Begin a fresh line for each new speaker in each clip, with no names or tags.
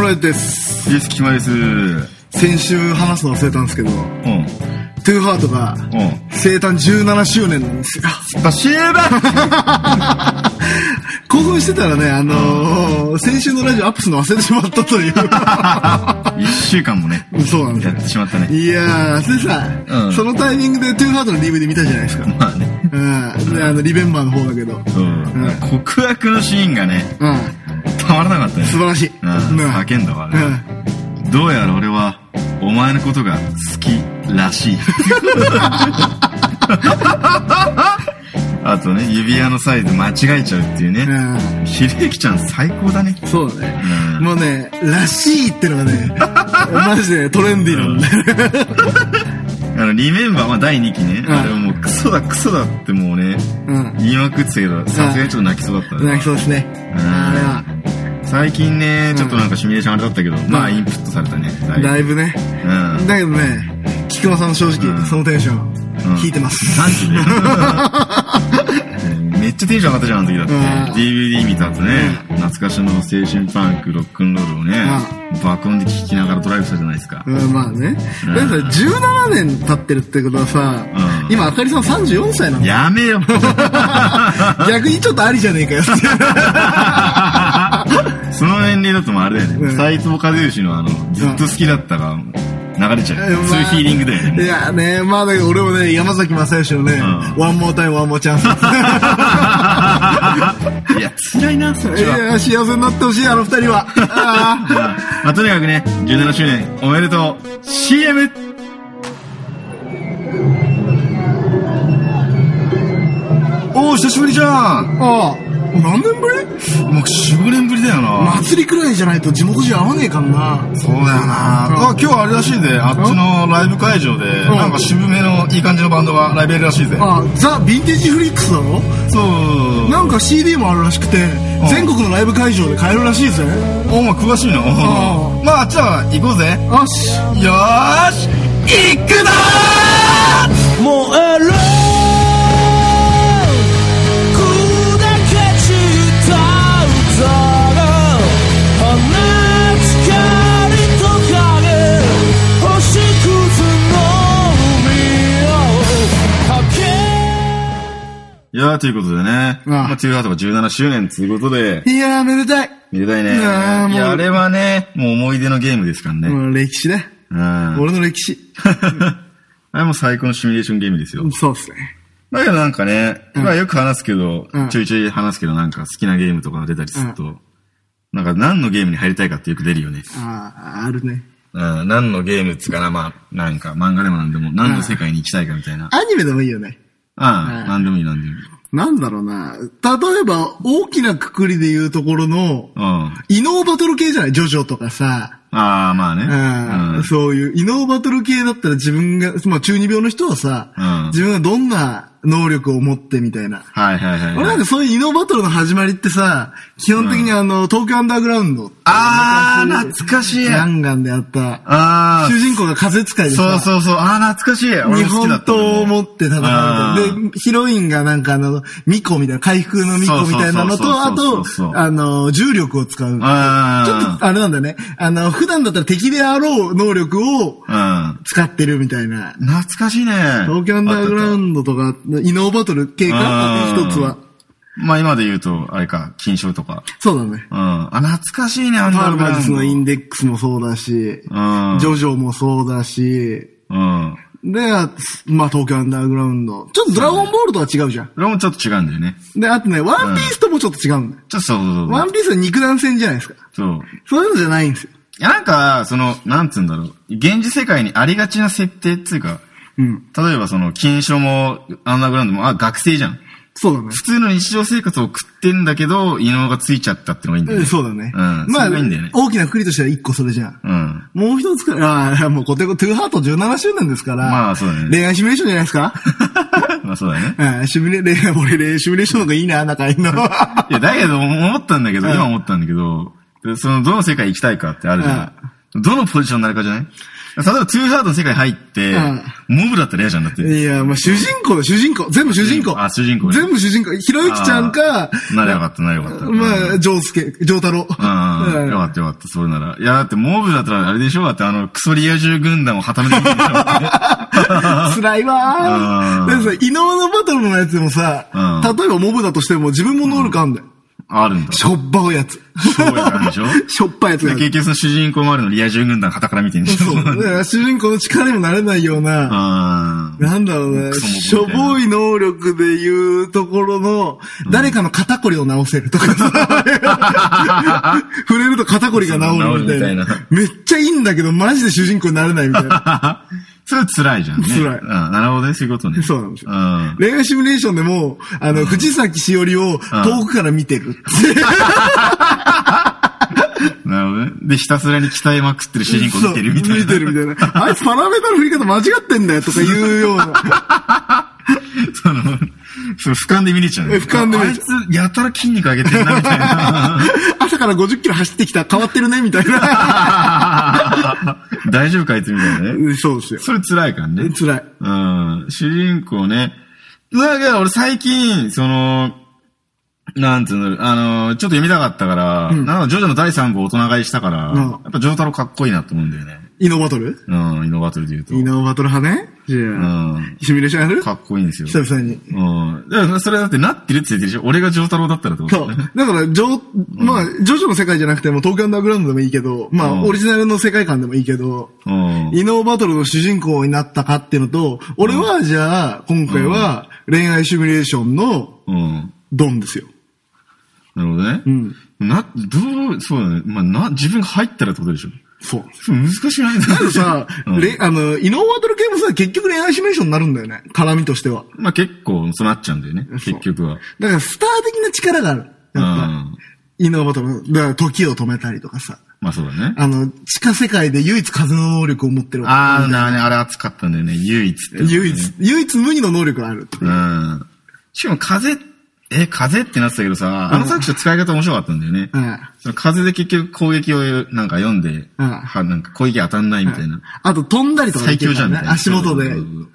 ライトです。
イエス、キマです。うん。
先週話すの忘れたんですけど、
うん。
トゥーハートが生誕17周年なんですよ。
バシーバ
興奮してたらね、あのー、先週のラジオアップするの忘れてしまったとい
一週間もね、
う。 そうなんです
や
よ
っ。てしまったね。
いやー、それさ、
うん
そのタイミングでトゥーハートの DVD 見たじゃないですか。
まあね。
うん。で、あの、リベンバーの方だけど。
うん。告白のシーンがね、
うん。
たまらなかったね。
素晴らしい。
うん。叫んだわ
う
ね。
ん。
どうやら俺は、お前のことが好きらし い。あとね、指輪のサイズ間違えちゃうっていうね。
うん。
ひれゆきちゃん最高だね。
そうだね。
うん
もうね、らしいってのが ね、マジでトレンディーなんだよね。
あの、リメンバー、まあ、第2期ね。
うん
あれはもう、クソだ、クソだってもうね、
うん。
言いまくってたけど、さすがにちょっと泣きそうだったね。
泣きそうですね。
ん
あ
最近ね、ちょっとなんかシミュレーションあれだったけど、まあ、
うん
インプットされたね。
れは、だ
い
いぶね。
ぶ。うん。何
だけどね、菊間さんの正直、
うん
そのテンション、
うん
引いてます。
時ね めっちゃテンション上がったじゃん、あの時だって。
うん
DVD 見た後ね、懐かしの青春パンク、ロックンロールをね、爆音で聴きながらドライブしたじゃないですか。
うん、まあね。だ
うん
ってさ、17年経ってるってことはさ、
うん
今、あかりさん34歳なの。
やめよ
逆にちょっとありじゃねえかよって。
その年齢だともうあれだよ
う
ね。
ん
斎、藤和義のあの、ずっと好きだったが、流れちゃう。
うん
そういうヒーリングだよ
い
ね。
やね、まあだけど俺もね、山崎正義のね、
ん
ワンモータイムワンモーチャンス。
いや、辛いな、そっ
い
ちは。
や、幸せになってほしい、あの二人 は。あー
まあ、とにかくね、17周年おめでとう !CM! おー、久しぶりじゃん
あー、何年ぶり
もう4、5年ぶりだよな。
祭りくらいじゃないと地元じゃ合わねえからな。
そうだよな、あ今日あれらしいぜあっちのライブ会場で、
ん
なんか渋めのいい感じのバンドがライブやるらしいぜ
あー、ザ・ヴィンテージフリックスだろ
そう
なんか CD もあるらしくて、全国のライブ会場で買えるらしいぜ。
お前詳しいの
ん
まああっちは行こうぜ
あっし。
よーし行くぞ
燃える砕け散った歌が放つ光と影星屑の海を駆け
いやーということでね、
うん
まあ、トゥーハートが17周年ということで、
いやー、めでたい。
めでたいね。
いやーもう
いや、あれはね、もう思い出のゲームですからね。
うん、歴史ね。
うん。あ
俺の歴史。
れも最高のシミュレーションゲームですよ。
そうですね。
だけどなんかね、まあよく話すけど、
うん
ちょいちょい話すけどなんか好きなゲームとかが出たりすると、なんか何のゲームに入りたいかってよく出るよね。
あー、あるね。
うん、何のゲームっつうかな、まあ、なんか漫画でもなんでも、何の世界に行きたいかみたいな。
アニメでもいいよね。
ああ、なんでもいいなんでもいい。
なんだろうな。例えば、大きなくくりで言うところの、
うん。あ
異能バトル系じゃないジョジョとかさ。
あ、まあね。
うん、そういう、異能バトル系だったら自分が、まあ中二病の人はさ、
うん
自分がどんな能力を持ってみたいな。
はいはいはいはい。
俺なんかそういう異能バトルの始まりってさ、基本的にあの、東京アンダーグラウンド、
ああ、懐かしい。
ヤ
あ
ンガンであった、
あ
主人公が風使い
ー、
で
そう
さ、
そうそう。ああ、懐かしい。俺
日
も好
本
きだったんだよ
刀を持って戦う
うん
で、ヒロインがなんかあの、ミコみたいな、回復のミコみたいなの
そう
と、あ
そうそうそう
と
そう、
あの、重力を使う。ちょっ
あ
と、あれなんだよね。あの、普段だったら敵であろう能力を
あ。うん。
使ってるみたいな。
懐かしいね。
東京アンダーグラウ
ド。
ンドとか、異能バトル系か
うん
一つは。
まあ今で言うと、あれか、金賞とか。
そうだね。
うん。あ、懐かしいね、アン
パ
ダ
ー
ー
ル
グラウンド。
マジスのインデックスもそうだし、ジ
うん。
ョジョもそうだし、
うん。
で、あまあ、東京アンダーグラウンド。ちょっとドラゴンボールとは違うじゃん。
それもちょっと違うんだよね。
で、あとね、ワンピースともちょっと違うんだよ。
ちょっとそう
ワンピースは肉弾戦じゃないですか。
そうそう。そう。
そういうのじゃないんですよ。
いやなんか、その、なんつうんだろう。現実世界にありがちな設定っていうか、
うん。
例えばその、金賞も、アンダーグラウンドも、あ、学生じゃん。
そうだね。
普通の日常生活を食ってんだけど、異能がついちゃったってのがいいんだよ
う
ね。
んそうだね。
うん。
ま
ま
あ
あ、いいんだよね、。
大きな国としては一個それじゃん。
うん。
もう一つくらい、ああ、もうコテコ、トゥーハート17周年ですから。
まあそうだね
恋愛シミュレーションじゃないです か
まあそうだね。
うん、シミュレ、恋愛、俺恋愛シミュレーション の方がいいな、仲いい の。
いや、だけど思ったんだけど、今思ったんだけど、でその、どの世界行きたいかってあるじゃん。どのポジションになるかじゃない例えば、ツーハートの世界入って、
うん
モブだったら嫌じゃんだって。
いや、まあ、主人公だ、主人公。全部主人公。
あ主人公ね
全部主人公。ひろゆきちゃんか、
なりゃよかった、なりゃよかった。
まあ、ジョウスケ、ジョウタロウ。
うんうん。よかったよかった、それなら。いや、だって、モブだったら、あれでしょだって、あの、クソリア充軍団をはためてみるでしょ
辛いわ
う
ー。
ん
でさ、伊能のバトルのやつでもさ、
うん
例えばモブだとしても自分も能力あんだよ。
あるんだ。
しょっぱいやつ。
そうやんでしょ
しょっぱいやつ
で
があ
結
る。
局その主人公周りのリア充軍団旗から見てんでしょ
そう。だから主人公の力にもなれないような、
あ
なんだろうね、
クソモブみ
した
い
ょ
な
ぼい能力で言うところの、誰かの肩こりを治せるとか さ触れると肩こりが治るみたいな。
治る
めっちゃいいんだけど、マジで主人公になれないみたいな。
あ。それは辛いじゃんね。
辛い
うん、なるほどね、そういうことね。
そうなんですよ
うん。
恋愛シミュレーションでも、あの、藤崎しおりを遠くから見てる。
なるほどね。で、ひたすらに鍛えまくってる主人公見てるみた
そう
いな。
見てるみたいな。あいつパラメータの振り方間違ってんだよとか言うよう な。
その、それ俯瞰で見れちゃうね。
え俯瞰で見れちゃ
あいつ、やたら筋肉上げてるな、みた いな。
朝から50キロ走ってきた、変わってるね、みたい な。
大丈夫かあいつみたいなね。
そうですよ。
それ辛いからね。
辛い。
うん。主人公ね。だから俺最近、その、なんていうんだろう、あのちょっと読みたかったから、なんかジョジョの第3部を大人買いしたから、
うん
やっぱジョータロかっこいいなと思うんだよね。
イノバトル
うん、イノバトルで言うと。
イノバトル派ねじ
う
ゃあ、
ん。
シミュレーションやる
かっこいいんですよ。
久々に。
うん。だからそれだってなってるって言ってるでしょ俺がジョータロだったらってこ
そ
と
う
だよね。。
だから、ジョー、まあ、ジョジョの世界じゃなくても、東京アンダーグラウンドでもいいけど、まあ、
うん
オリジナルの世界観でもいいけど、
うん。
伊能バトルの主人公になったかっていうのと、俺は、じゃあ、今回は、恋愛シミュレーションの
うん。
ドンですよ。
なるほどね。
うん。
な、どう、そうだね。まあ、な、自分が入ったらってことでしょ
そう。
それ難しいない
だってさ、
うん
れあの、イノーバトル系もさ、結局恋愛シミュレーションになるんだよね。絡みとしては。
まあ結構、そうなっちゃうんだよね。
そう
結局は。
だから、スター的な力がある。
う
や
ん。
っぱイノーバトル。だから、時を止めたりとかさ。
まあそうだね。
あの、地下世界で唯一風の能力を持ってる男
あー、なあね、あれ熱かったんだよね。唯一って、
唯一。、唯一無二の能力がある。
うん。しかも風、え、風ってなってたけどさ、あの作者使い方面白かったんだよね。
うん
その風で結局攻撃をなんか読んで、
うん
はなんか攻撃当たんないみたいな。
あと、飛んだりとかで
最
き
強
る
じ
から
ゃん
ね
みたい。な。
足元で。
そうそうそう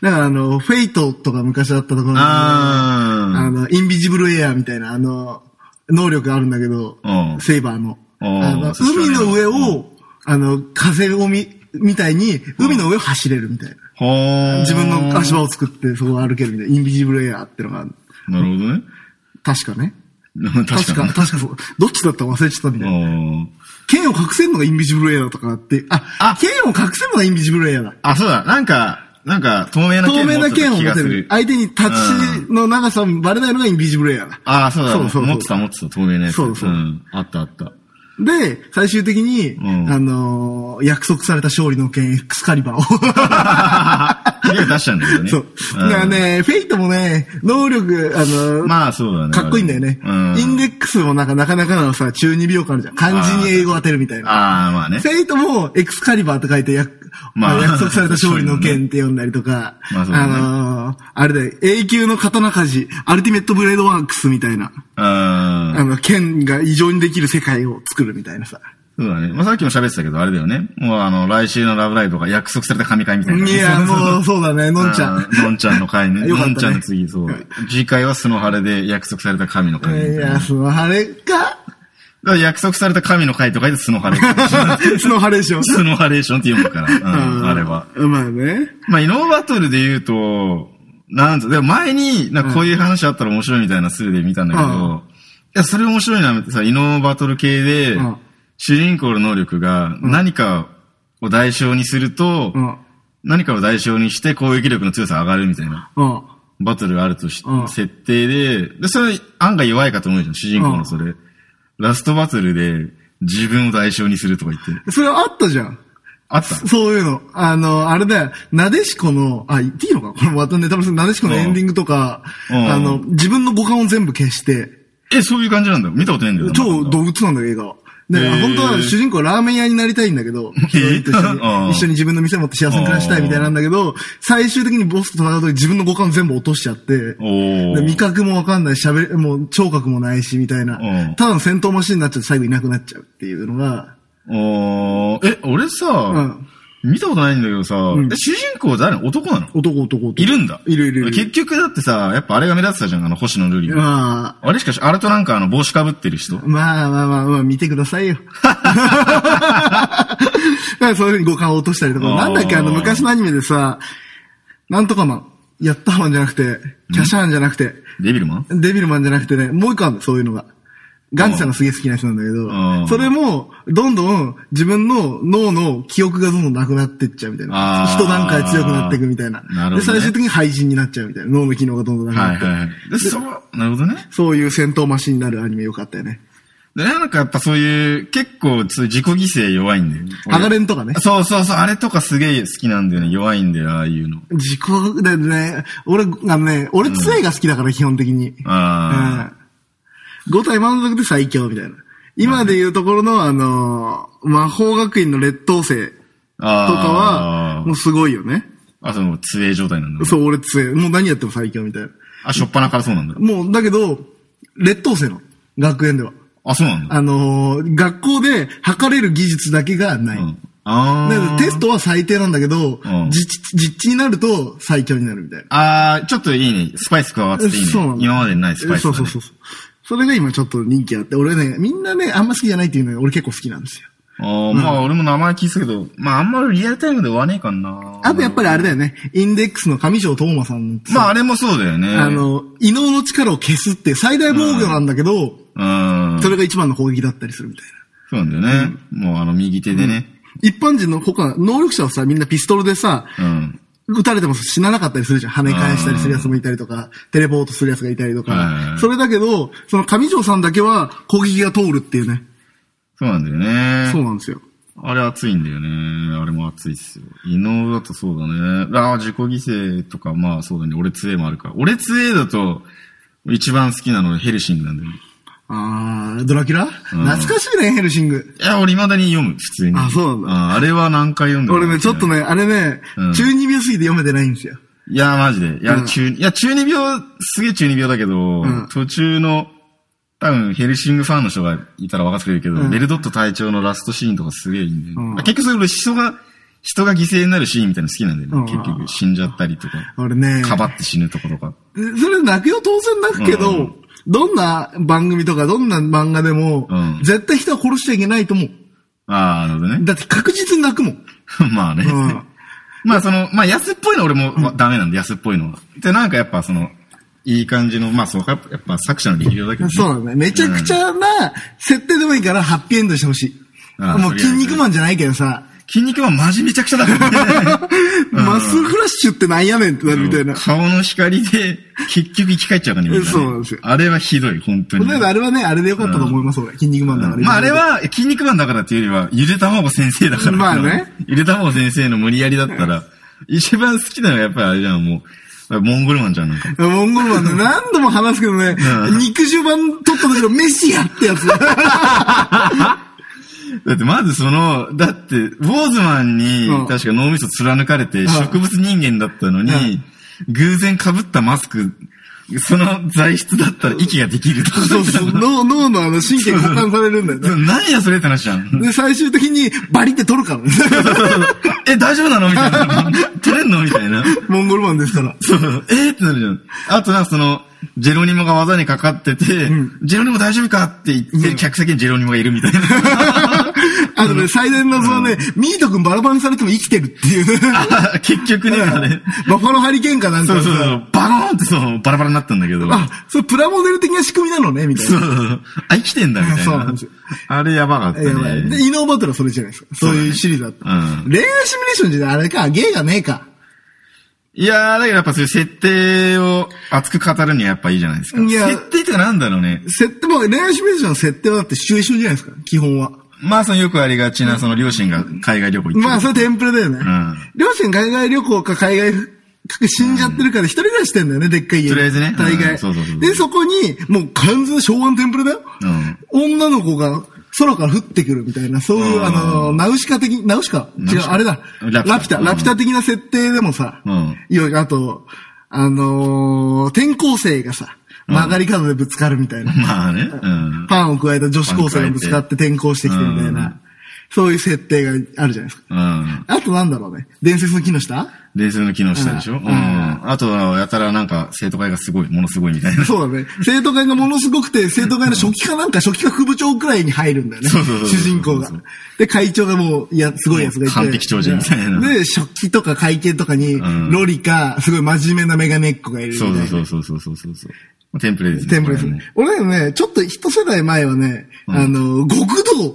だから、あの、フェイトとか昔あったところにあ
あ
の、インビジブルエアーみたいな、あの、能力があるんだけど
う、ん
セイバーの。
うん
あの、
そうそう
海の上
う
を、あの、風をみ、みたいに、海の上を走れるみたいな。
ー。ほー
自分の足場を作って、そこを歩けるみたいな、インビジブルエアーってのがある、
なるほどね。
確かね。
確
確
か
か、
に
確。かそう。どっちだったか忘れちゃったみたいな。
うん
剣を隠せるのがインビジブルエアーとかあって、あ、
あ
剣を隠せるのがインビジブルエアーだ。
あ、そうだ。なんか、なんか、透明な
透明な剣
剣
を
持っ
持
てた気が
て
す
る
る。。
相手に立ちの長さもバレないのがインビジブルエアだ。
ああ、そうだ。
そうそうそう
持ってた持ってた、透明なやつ。。
そうそうん
あったあった。
で、最終的に、
ん
あのー約束された勝利の剣、エクスカリ バーを。
いや、出しちゃうんだけどね。
そう。だ
ん
から。ね、フェイトもね、能力、あのー
まあ、そうだね。
かっこいいんだよね。
うん。
インデックスもなんかなかなかのさ、中二病感あるじゃん。漢字に英語当てるみたいな。
ああ、まあね
フ。ェイトも、エクスカリバーと書いて約、
まあ
あの約束された勝利の剣って呼んだりとか、
まあそうだね
のーあれだよ、永久の刀鍛冶、アルティメットブレードワークスみたいな。
うん
あ。の、剣が異常にできる世界を作るみたいなさ。
そうだね。まあ、さっきも喋ってたけど、あれだよね。もう、あの、来週のラブライブが約束された神会みたいな。
いや、もう、そうだね、
う
の
ん
んちゃん。
のんちゃんの会ね。
よ
の
かったね
んちゃんの次、そう。次回はスノハレで約束された神の会みたい
い
な。だ
や、
か
スノハレか。
ら約束された神の会とかでスノハレ。
スノハレでしょ。
スノハレーションって読むから。 うん、あれは。
うん。まあね。
まあ、イノーバトルで言うと、なんと、でも前に、なんかこういう話あったら面白いみたいなスレで見たんだけど、
うん
いや、それ面白いな、ってさ、イノーバトル系で、
うん
主人公の能力が何かを代償にすると、
うん。
何かを代償にして攻撃力の強さ上がるみたいな
うん。
バトルがあるとし、
うん
設定で、で、それ案外弱いかと思うじゃん、主人公のそれ。ラストバトルで自分を代償にするとか言って。
それあったじゃん。
あった
そういうの。あの、あれだよ。なでしこの、あ、言っていいのかこ れまたネタバレするなでしこのエンディングとか、
うん
あの、自分の五感を全部消して、
え、そういう感じなんだ。見たことないんだよ。
超動物なんだよ、映画は。で、
へー
本当は主人公はラーメン屋になりたいんだけ ど、一
ー
緒
うん
に一緒に自分の店持って幸せに暮らしたいみたいなんだけど、最終的にボスと戦うとき自分の五感全部落としちゃって、
おー
で味覚もわかんない、喋れ、もう聴覚もないし、みたいな
うん。
ただの戦闘マシンになっちゃって最後いなくなっちゃうっていうのが、
おーえ、俺さ、見たことないんだけどさ、
ん
え主人公誰男なの
男男男。
いるんだ。
いるいるいる
結局だってさ、やっぱあれが目立ってたじゃん、あの星野瑠璃。
まあ、
あれしかし、あれとなんかあの帽子かぶってる人。
まあまあまあまあ、見てくださ いよ。だからそういうふうに五感を落としたりとか。
あー
なんだっけ、あの、昔のアニメでさ、なんとかマン。やったマンじゃなくて、キャシャーンじゃなくて、
デビルマン
デビルマンじゃなくてね、もう一個あるの、そういうのが。ガンジさんがすげえ好きな人なんだけ
うん
ど、それも、どんどん自分の脳の記憶がどんどんなくなってっちゃうみたいな。
あー
一段階強くなっていくみたいな。
なるほどね
で、最終的に廃人になっちゃうみたいな。脳の機能がどんどんなく
は
ないって。
はいはい。で、そう、なるほどね。
そういう戦闘マシンになるアニメよかったよね。
で、なんかやっぱそういう、結構、そういう自己犠牲弱いんだよ。
ハガレンとかね。
そうそうそう、あれとかすげえ好きなんだよね。弱いんだよ、ああいうの。
自己でね、俺、あのね、俺杖が好きだから、基本的に。
あ
5体満足で最強みたいな。今で言うところの、あのー、魔法学院の劣等生
あ。あ
と
あ。
かは、もうすごいよね。
あ、その、杖状態なんだ。
そう、俺杖。もう何やっても最強みたいな。
あ、しょっぱなからそうなんだ。
もう、だけど、劣等生の、学園では。
あ、そうなんだ。
あのー学校で測れる技術だけがない。
うんあ
だか
ー
らテストは最低なんだけど、
うん
実地実地になると最強になるみたいな。
あー、ちょっといいね。スパイス加わってていいね。
そうなの
今までにないスパイス、
そ
ね。
うそうそうそう。それが今ちょっと人気あって、俺ね、みんなね、あんま好きじゃないっていうのが俺結構好きなんですよ。
あーまあ俺も名前聞いてたけど、まああんまりリアルタイムで追わねえかな。
あとやっぱりあれだよね、インデックスの上条東馬さん
まああ
あ、
れもそうだよね。
あ、の、異能の力を消すって最大防御なんだけど、
うん。
それが一番の攻撃だったりするみたいな。
そうなんだよね。もうあの右手でね。
一般人の他、能力者はさ、みんなピストルでさ、
うん。
撃たれても死ななかったりするじゃん。跳ね返したりするやつもいたりとか、テレポートするやつがいたりと
は
か。
い
それだけど、その上条さんだけは攻撃が通るっていうね。
そうなんだよね。
そうなんですよ。
あれ熱いんだよね。あれも熱いっすよ。異能だとそうだね。ああ、自己犠牲とか、まあそうだね。俺杖もあるから。俺杖だと、一番好きなのはヘルシングなんだよね。
あー、ドラキュラ、
ん
懐かしいね、ヘルシング。
いや、俺未だに読む、普通に。
あそうなんだ
ああれは何回読んだ
俺ね、ちょっと。ね、あれね、
うん
中二病すぎて読めてないんですよ。
いや、マジで。いや、
うん
中、いや、中二病、すげえ中二病だけど、
ん
途中の、多分、ヘルシングファンの人がいたら分かってくれるけど、ベルドット隊長のラストシーンとかすげえいいんだよね、
うん
結局、それ俺人が、人が犠牲になるシーンみたいなの好きなんだよね。
うん
結局、死んじゃったりとか、
俺ね、
かばって死ぬとことか。
それ泣くよ、当然泣くけど、
うん
どんな番組とかどんな漫画でも、
うん
絶対人は殺しちゃいけないと思う。
ああ、なるほどね。
だって確実に泣くもん。
まあね。
うん
まあその、まあ安っぽいの俺も、まあダメなんで安っぽいのは。で、なんかやっぱその、いい感じの、まあそうか、やっぱ作者の力量だけど、ね。
そうだね。めちゃくちゃな設定でもいいから、ハッピーエンドしてほしい。
あ
も
そうれ
筋肉マンじゃないけどさ、
筋肉はマジめちゃくちゃだからね。
マッスルフラッシュってなんやねんってな るみたいな。
顔の光で、結局生き返っちゃうからね。みんね
そうなんですよ
あれはひどい、本当
と
に。
りあえずあれはね、あれでよかったと思います、俺。筋肉マンだから。
まああれは、筋肉マンだからっていうよりは、ゆで卵先生だから。
まあね。
ゆで卵先生の無理やりだったら、一番好きなのはやっぱりあれじゃん、もう、モンゴルマンじゃん、なんか。
モンゴルマンね、何度も話すけどね、
うん
肉汁版撮った時のメシアってやつ。
だってまずその、だって、ウォーズマンに
うん、
確か脳みそ貫かれて、植物人間だったのに、偶然被ったマスク、その材質だったら息ができるとか。
そうそう、脳脳のあの神経が破壊されるんだよね。
何やそれって話じゃん。
で、最終的にバリって取るからね。
え、大丈夫なのみたいな。取れんのみたいな。
モンゴルマンですから。
そう。えー、ってなるじゃん。あとなんかその、ジェロニモが技にかかってて、ジェロニモ大丈夫かって言って、客席にジェロニモがいるみたい な。
あとね、最大の謎はね、ミート君バラバラにされても生きてるって いうね。
結局ね、あれ。
バファローハリケーンかなんか
そう
で
そうそ
さ。
う。バローンってそう、バラバラになったんだけど。
あ、それプラモデル的な仕組みなのね、みたい
そう
な。
そうそう。あ、生きてんだみたいな。
そうなんですよ
あれやばかったね。
やばい。で、イノーバトルはそれじゃないですか。そういうシリーズだった。
そうだねう
恋愛シ
ん
ミュレーションじゃあれか、ゲイがねえか。
いやー、だけどやっぱそういう設定を熱く語るにはやっぱいいじゃないですか。
いや
設定ってなんだろうね。
設定、もう恋愛シミュレーションの設定はだってシチュエーションじゃないですか、基本は。
まあ、そのよくありがちな、その両親が海外旅行行ってる
まあ、それテンプレだよね。
ん
両親海外旅行か海外、死んじゃってるから一人暮らししてんだよね、でっかい家に。
とりあえずね
大概。
うんそうそうそう
で、そこに、もう完全昭和のテンプレだよ。女の子が空から降ってくるみたいな、そういう、
うん
あの、ナウシカ的、ナウシカ違
ナウ
う、
シカ
あれだ。
ラ
ラピ
ピュタ
ュタ。
うん
ラピュタ的な設定でもさ
うん、
いよいよ、あと、あのー、転校生がさ、曲がり角でぶつかるみたいな。
まあね。うん。
パンを加えた女子高生がぶつかって転校してきてみたい
うん
な。そういう設定があるじゃないですか。
うん。
あとなんだろうね。伝説の木の下
冷静の機能したでしょ
う
うんん。あとは、やたらなんか、生徒会がすごい、ものすごいみた いな。
そうだね。生徒会がものすごくて、生徒会の初期かなんか初期か副部長くらいに入るんだよね。
そうそうそうそう
主人公が
そうそう。
で、会長がもう、いや、すごいやつがいて。
もう完璧超人みたいな
で、初期とか会計とかに、
ん
ロリか、すごい真面目なメガネっ子がいるみた
そ
いな。
うそうそうそうそうそうそう。テンプレですね。
テンプレです
こ
ね。俺らね、ちょっと一世代前はね、あの、極道、
れね。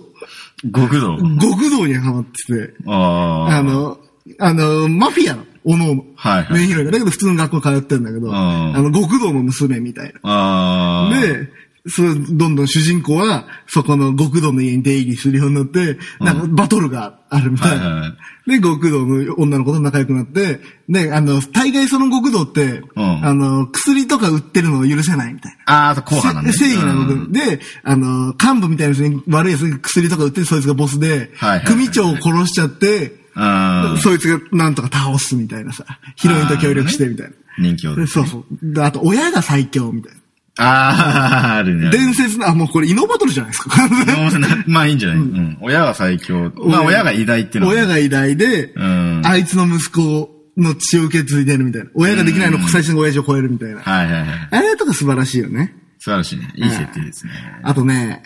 極道。
極道にハマってて、
ああ。
あ、の、あの、マフィアの、おのおの。
はいはい
メインヒロインが。だけど普通の学校通ってるんだけど、あ
あー
の、極道の娘みたいな。
ああ。、
で、そう、どんどん主人公は、そこの極道の家に出入りするようになって、なんかバトルがあるみたい
はいはい
な。で、極道の女の子と仲良くなって、で、あの、大概その極道って、
ん
あの、薬とか売ってるのを許せないみたいな。
あーあと、後半なんで。
せ正義な部
うん
分。で、あの、幹部みたいな人に悪いやつに薬とか売ってるそいつがボスで
はいはいはい、
組長を殺しちゃって、
ああ。
そいつがなんとか倒すみたいなさ、ヒロインと協力してみたいな。
人気を。
でそうそう。であと、親が最強みたいな。
ああ、あるね。
伝説の、あ、もうこれ、イノバトルじゃないですか、完全に。
まあいいんじゃない、うん、親は最強。まあ親が偉大っていうのは。
親が偉大で、
うん
あいつの息子の血を受け継いでるみたいな。親ができないの、最初の親父を超えるみたいな。
はいはいはい。
あれとか素晴らしいよね。
素晴らしいね。いい設定ですね。
あとね、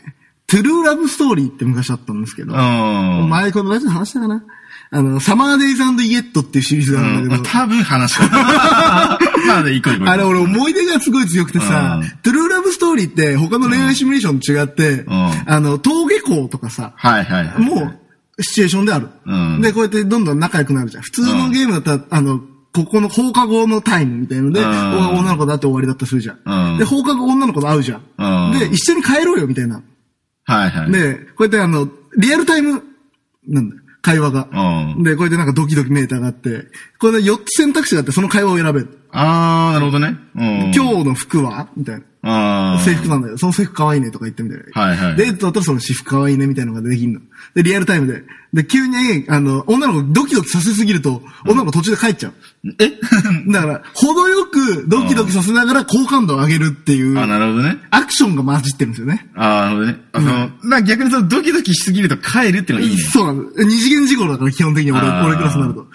トゥルーラブストーリーって昔あったんですけど、
うん。
前このラジオで話したかな。あの、サマーデイズイエットっていうシリーズがあるんだ
まあ
けど、
多分話 した。まあで、行こう行こう。
あれ俺思い出がすごい強くてさ
うん、
トゥルーラブストーリーって他の恋愛シミュレーションと違って、
ん
あの、登下校とかさ、
はいはいはい。
もう、シチュエーションである。
うん
で、こうやってどんどん仲良くなるじゃん。普通のゲームだったら、あの、ここの放課後のタイムみたいので、
うん
女の子と会って終わりだったりするじゃん。
うん
で、放課後女の子と会うじゃん。
うん
で、一緒に帰ろうよみたいな。
はいはい。
で、こうやってあの、リアルタイム、なんだよ会話が。
うん
で、こうやってなんかドキドキメーターがあって、これで4つ選択肢があって、その会話を選べる。
ああ、なるほどね。うん。
今日の服はみたいな。
ああ。
制服なんだよ。その制服かわいいねとか言ってみたいな。
はいはい
デートだったらその私服かわいいねみたいなのができるの。で、リアルタイムで。で、急に、あの、女の子ドキドキさせすぎると、女の子途中で帰っちゃう。
え
だから、程よくドキドキさせながら好感度を上げるっていう、
あ、なるほどね。
アクションが混じってるんですよね。
ああ、なるほどね。あの、まあ逆にそのドキドキしすぎると帰るっていうのがいいね。
そうなの。二次元事故だから、基本的に俺、
あー
俺クラスになると。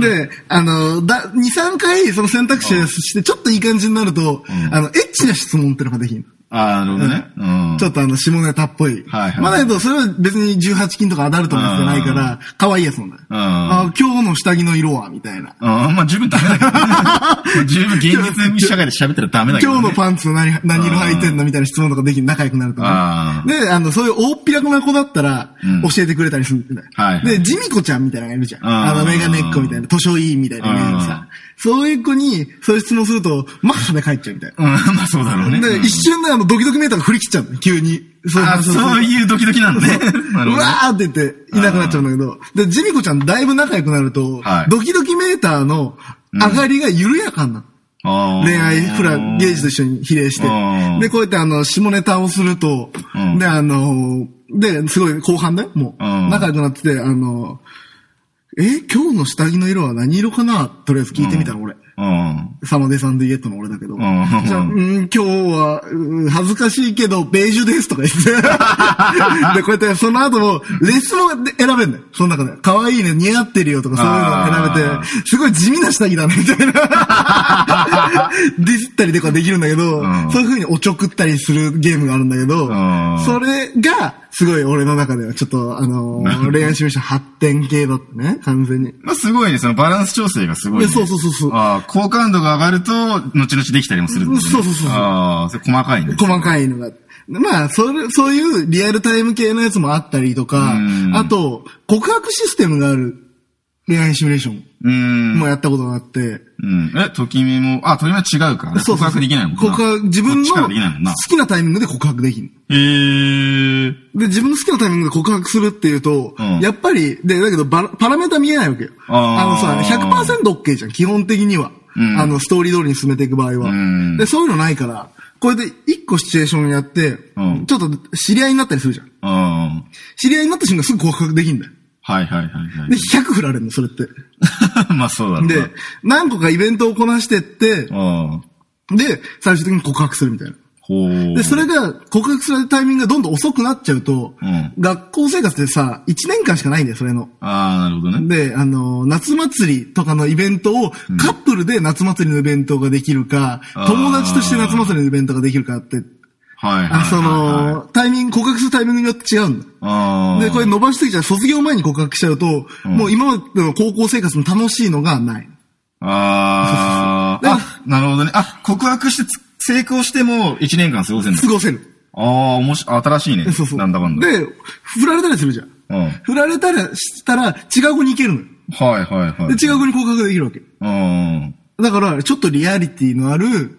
で、あの、だ、2、3回その選択肢をして、ちょっといい感じになると、あの、エッチな質問ってのができる。
ああ、なるほどね。うん。
ちょっとあの、下ネタっぽい。
はいはい
まあだけど、それは別に18金とかアダルトなやつじゃないから、可愛いやつなんだよ。
うん
あ今日の下着の色はみたいな。
あまあ十分ダメだけどね。ま あ十分現実社会で喋ったらダメだけど
今
ね。
日のパンツ何何色履いてんのみたいな質問とかできる仲良くなると
あ
ね。で、あの、そういう大っぴらくな子だったら
ん、
教えてくれたりするんだよ。
はいはい
で、ジミコちゃんみたいなのがいるじゃん。
あ
あ
ー
の、メガネっ子みたいな、図書委員みたいなイメージのさ。そういう子に、そういう質問すると、マッハで帰っちゃうみたいな。
うん、まあそうだろうね。
で、
うん
一瞬であの、ドキドキメーターが振り切っちゃうの急に。そういう
あ
話をすると
そういうドキドキ なんだね。なる
う
ほ
わ
どね。
ーって言って、いなくなっちゃうんだけど、で、ジミコちゃんだいぶ仲良くなると、
はい
ドキドキメーターの上がりが緩やかになる。
あー
恋愛フラゲージと一緒に比例して
あ。ー
で、こうやってあの、下ネタをすると、
うん
で、あの、で、すごい後半だよ、もう。
うん
仲良くなってて、あの、え、今日の下着の色は何色かなとりあえず聞いてみたら、俺。
うん。
サマデサンデイエットの俺だけど。
ん
じゃあ、うん、今日は、うん恥ずかしいけど、ベージュですとか言って。で、こうやって、その後も、レスも選べんだよ。その中で。可愛いね、似合ってるよとか、そういうのを
あー
選べて、すごい地味な下着だね、みたい な。ディスったりとかできるんだけど、
うん
そういう風におちょくったりするゲームがあるんだけど、
ん
それが、すごい俺の中では、ちょっと、あのー、 恋愛シミュレーション発展系だったね、完全に。
まあすごいね、そのバランス調整がすごい、ね。
そうそうそうそう
ああ、好感度が上がると、後々できたりもするんだね、
そうそうそうそう
ああ、それ細かいね。
細かいのが。まあ、それ、そういうリアルタイム系のやつもあったりとか
うん、
あと、告白システムがある恋愛シミュレーション
うーん。
もやったことがあって、
うん。え、ときめも、あ、ときめは違うか。
そうそうそう
告白できないもんな。
告白、自分の
こっちから
好
できないもんな。
きなタイミングで告白できる。
へー。
で、自分の好きなタイミングで告白するっていうと、
うん
やっぱり、で、だけどバラ、パラメータ見えないわけよ。
あー
のさ、100%OK じゃん、基本的には。
うん
あの、ストーリー通りに進めていく場合は。
うん
で、そういうのないから、これで一個シチュエーションやって、
うん
ちょっと知り合いになったりするじゃん。
あ
知り合いになった瞬間すぐ告白できんだよ。
あ。はいはいはいは
で、100振られるの、それって。
い。 まあそうだろうな。
で、何個かイベントをこなしてって、
ああ。
で、最終的に告白するみたいな。
ほほう。
で、それが告白するタイミングがどんどん遅くなっちゃうと、
うん
学校生活でさ、1年間しかないんだよ、それの。
ああ、なるほどね。
で、あの、夏祭りとかのイベントを、カップルで夏祭りのイベントができるか、
あー
友達として夏祭りのイベントができるかって、
はいはいはい、はい。
あその、タイミング、告白するタイミングによって違うんだ。
ああ。
で、これ伸ばしすぎちゃう、卒業前に告白しちゃうと、
うん
もう今までの高校生活の楽しいのがない。
あ
そうそう
あ。あ、なるほどね。あ、告白してつ成功しても1年間過ごせんだ
過。ごせる。
ああ、おもし、新しいね。
そうそう。
なんだかんだ。
で、振られたりするじゃん。
うん。はい
振られたらしたら、違う子に行けるのよ。
はいはい。
で、違う子に告白ができるわけ。
うん。
だから、ちょっとリアリティのある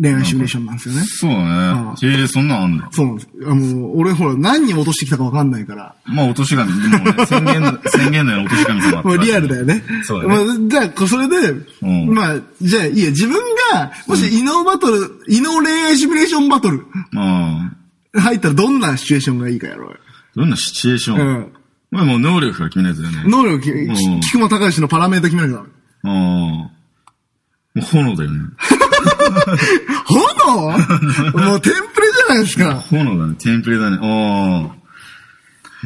恋愛シミュレーションなんですよね。
そうだね。へえ、そんなんあんだ。
そうなんです。あの、俺ほら、何人落としてきたかわかんないから。
まあ、落とし神、でもね、 宣言の、宣言のような落とし神様って
もうリアルだよね。
そうだね。
まあ、じゃあこ、それで、
ん
まあ、じゃあ、いいや、自分が、もし、異能バトル、異能恋愛シミュレーションバトル、
まあ、
入ったらどんなシチュエーションがいいかやろうよ。
どんなシチュエーション、
うん
まあ、もう能力が決めないとだよね。
能力、き
うん
菊間隆史のパラメータ決めなきゃダメ。
うん。もう炎だよね。
炎もうテンプレじゃないですか。
炎だね。テンプレだね。ああ。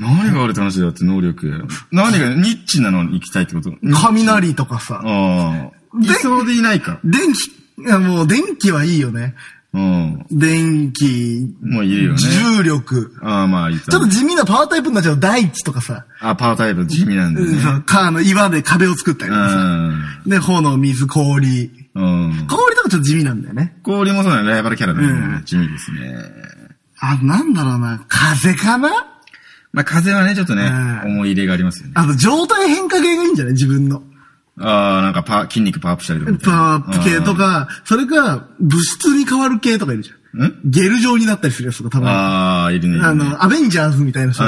何があるって話だよって、能力。何が、ニッチなのに行きたいってこと
雷とかさ。
ああ。い
で
そうでいないか。
電気、いやもう電気はいいよね。
うん。
電気、
もういるよね。
重力。
ああ、まあ、いた。
ちょっと地味なパワータイプになっちゃう大地とかさ。
あ、パワータイプ地味なんだよね。
その川の岩で壁を作ったりとかさ。で、炎、水、氷。
うん。うん。
氷とかちょっと地味なんだよね。
氷もそうだね。ライバルキャラだ
う
ね
ん。
地味ですね。
あ、なんだろうな。風かな
まあ、風はね、ちょっとね、
うん
思い入れがありますよね。
あと、状態変化系がいいんじゃない自分の。
ああ、なんかパ、筋肉パワーアップしたりとかみたい
パ
な。
ワーアップ系とか、それか、物質に変わる系とかいるじゃん。
ん
ゲル状になったりするやつとか、た
うん。
ま
ああ、いるね。
に。
いるね
あの、アベンジャーズみたいなさ、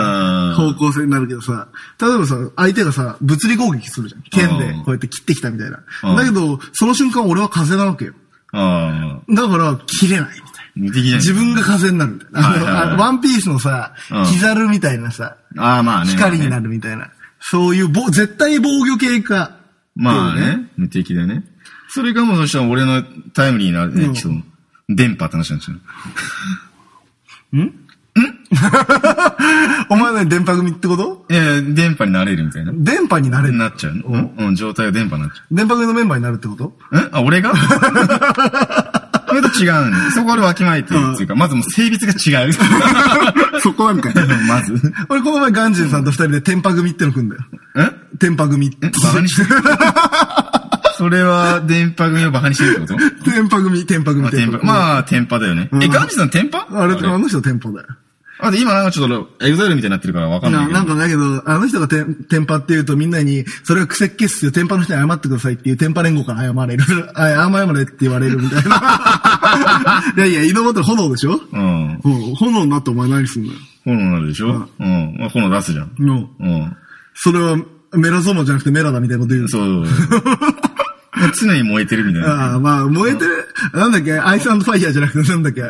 う
方
ん
向性になるけどさ、例えばさ、相手がさ、物理攻撃するじゃん。剣で
う
こ
ん
うやって切ってきたみたいな。
うん
だけど、その瞬間俺は風なわけよ。
ああ、
だから、切れないみたいな。
無敵じゃん。
自分が風になるみたいな。あ
はいはいはい
のあワンピースのさ
うん、
キザルみたいなさ、
ああ、まあね。
光になるみたいな。そういう防、絶対防御系か。
まあ
っていう。
ね。無敵だよね。それかもうそしたら俺のタイムリーなエピソード。電波って話なんですよ。
お前何電波組ってこと
えー、電波になれるみたいな。
電波になれる。
なっちゃうのうんうん、状態が電波になっちゃ
電波組のメンバーになるってこと
う。んあ、俺が それと違うんだよそこは俺わきまえてるっていうか、まずもう性別が違う。
そこはみたい な。
まず。ん
俺この前ガンジンさんと二人で天パ組っての組んだよ。天パ組って。
バカにしてる それは電波組をバカにしてるってこ と
天パ組、天パ組、
まあ、
天
天
パ
パ、
組。あ、
まあ、天パだよね。
ん
え、ガンジさん天パ
あれ、あの人天パだよ。
あ、で、今なんかちょっと、エグザイルみたいになってるからわかんな
な
いけど。
なんかだけど、あの人が天天パって言うとみんなに、それは癖っ気っすよ、天パの人に謝ってくださいっていう、天パ連合から謝れる。 あ謝れって言われるみたいな。 いやいや、井上って炎でしょ
うん。
うん炎になってお前何すんのよ。
炎になるでしょうん。まあ、炎出すじゃん。
の、
うん。
それはメラゾーマじゃなくてメラだみたいなこと言うの
そう。 まあ常に燃えてるみたいな。
ああ、まあ、燃えてる、なんだっけ、アイスファイヤーじゃなくて、なんだっけ、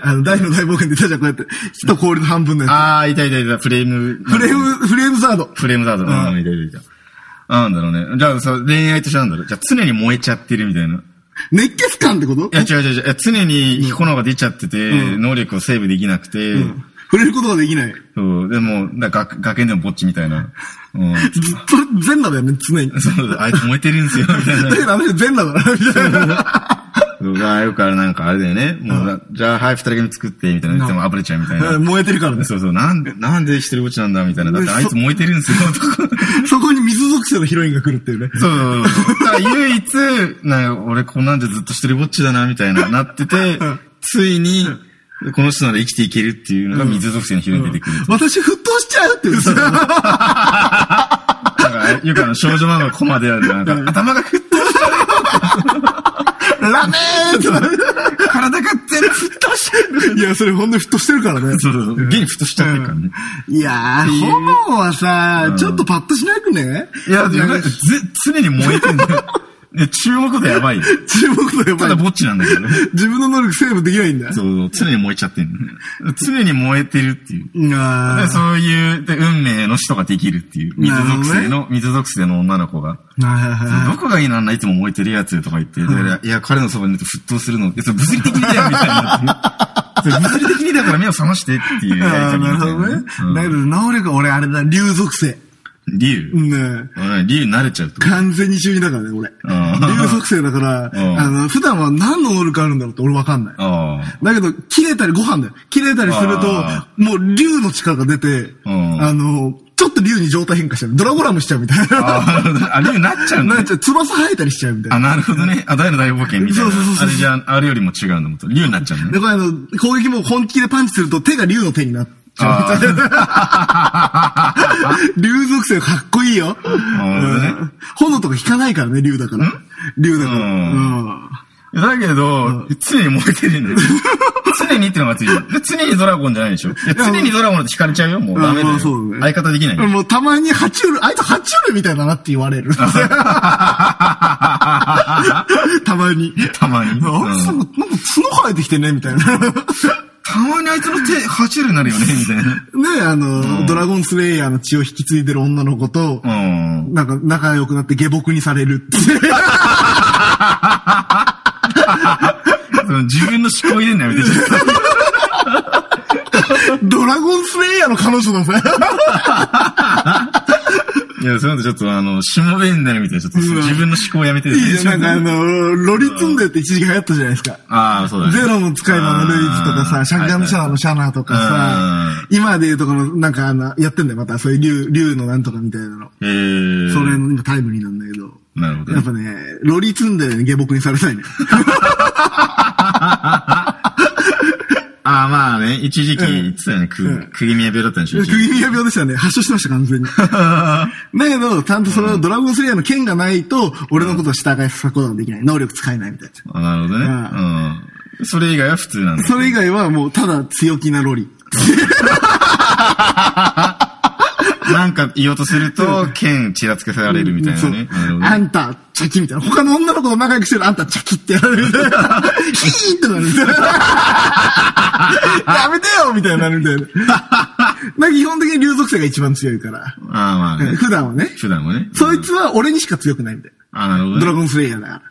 あの、大の大冒険でたじゃん、こうやって、火と氷の半分のや
あー、いたいたいた、フレーム。
つ。フレーム、フレームサード。
フレームだと。うん、
ん
いたいたいた。あなんだろうね。じゃあさ、恋愛としてなんだろう。じゃあ常に燃えちゃってるみたいな。
熱血感ってこと
いや、違う違う違ういや。常に炎が出ちゃってて、能力をセーブできなくて、
うん触れることができない。ずっ
そう、でも、だ学、学園でもぼっちみたいな。うん。
と全裸だよね、常に。
そう、あいつ燃えてるんですよ、みたい
だ
な。
けど、あの人全裸だから、みたいな。
そうあよくあるなんかあれだよね。もうな、じゃあ、はい、二人組作って、みたいな。でも、あぶれちゃうみた いな。
燃えてるからね。
そうそう、なんで、なんで一人ぼっちなんだみたいな。だってあいつ燃えてるん ですよ、とか。
そこに水属性のヒロインが来るっていうね。
そうそうそう。だから唯一、なんか俺こんなんじゃずっと一人ぼっちだな、みたいな、なって て
ん、
ついに、この人なら生きていけるっていうのが水属性のヒロインに出てくる。
私、沸騰しちゃうっていうさ。
なんか、よくあの、少女漫画のコマである、なんか、頭がふっ
ラメーってなる
と、体が全部ふっとしちゃう。
いや、それほんと沸騰してるからね。
そうそうそう、現にふっとしちゃってるからね。
いやー、炎はさ、ちょっとパッとしなくね
いや、なんか、ぜ常に燃えてんだよ。ね注目度やばいよ。
注目度やば
た
い。
だぼっちなんだけどね。
自分の能力セーブできないんだ。
そう、常に燃えちゃってる、常に燃えてるっていう。
あ
で
ー
そういう、で運命の人ができるっていう。水属性
なる
の、水属性の女の子が。
はいはいはい
どこがいいなんだいつも燃えてるやつとか言って。だから、いや、彼のそばにいると沸騰するの。いや、それ物理的にだよ、みたい な。それ物理的にだから目を覚ましてっていうやり
あー
とりみ
なる
た
ほ
い
どね。だ
な
け
ね。
ど、能力は俺あれだ、竜属性。
うん竜
う。ん。
うん竜慣れちゃうと。
完全に中二だからね、俺。
うん
竜属性だから、
うん
あの、普段は何の能力あるんだろうって俺わかんない。
ああ。
だけど、切れたり、ご飯だよ。切れたりすると
あ、
もう竜の力が出て、
ん
あの、ちょっと竜に状態変化しちゃう。ドラゴラムしちゃうみたいな。
ああ、竜なっちゃうんだ
なん。か翼生えたりしちゃうみたい
あ、
な。
なるほどね。あ、大の大冒険みたいな
そうそうそう。そう
あれじゃ、あれよりも違うのもと。竜になっちゃうのね
で、。これあの、攻撃も本気でパンチすると手が竜の手になっちゃうみたいな。竜属性かっこいいよ。
ほどね
うん炎とか引かないからね、竜だから。竜だから。
う
うん
だけど、常に燃えてるんだよ。 常にってのが熱いじゃん。常にドラゴンじゃないでしょ。いや常にドラゴンだと惹かれちゃうよ。もうダメだ
あま
よ。
あそうだね
相方できないよ。
もうたまに爬虫類、あいつ爬虫類みたいだなって言われる。 たまに。
たまに。うん
あいつなんか角生えてきてね、みたいな。ね
たまにあいつの手、爬虫類 になるよね、みたいな。
あの、ドラゴンスレイヤーの血を引き継いでる女の子と、
うん。
なんか仲良くなって下僕にされるって。
その自分の思考入れんなよ、みたいな。
ドラゴンスレイヤーの彼 女だぜ。
いや、そういうのちょっと、あの、しもべになるみたいな。ちょっと、
うん
自分の思考をやめてる。
いいじゃん、なんかあの、ロリツンデって一時期流行ったじゃないですか。
ああ、そうだね。
ゼロの使い魔のルイズとか
あ
さ、
ー
シャンガンシャアのシャナーとかさ、今でいうとこの、なんかあの、やってんだよ、また。そういう竜、竜のなんとかみたいなの。
えー。
それの今タイムリーなんだけど。
なるほど
やっ
ね。
ぱね、ロリ積んだよね、下僕にされたい ね。
ああ、まあね、一時期言ってたよね。く、釘宮病だったんでしょ、一時期
釘宮病でしたね。発症してました、完全 に。だけど、ちゃんとそのドラゴンスレイヤーの剣がないと、俺のことを従えさせることができない。能力使えないみたいな。
あなるほどね。うん。それ以外は普通なんだ。
それ以外はもう、ただ強気なロリ。
なんか言おうとすると、剣ちらつかされるみたいな
そう
ね。なるほどね
あんた、チャキみたいな。他の女の子と仲良くしてるあんた、チャキってやられる。ヒーってなるみたいな。やめてよみたいになるみたいな。なんか基本的に竜属性が一番強いから。
ああ、まあね。
普段はね。
普段もね。
そいつは俺にしか強くないんだよ。
あなるほ
ドラ
どね。
ゴンスレイヤーだから。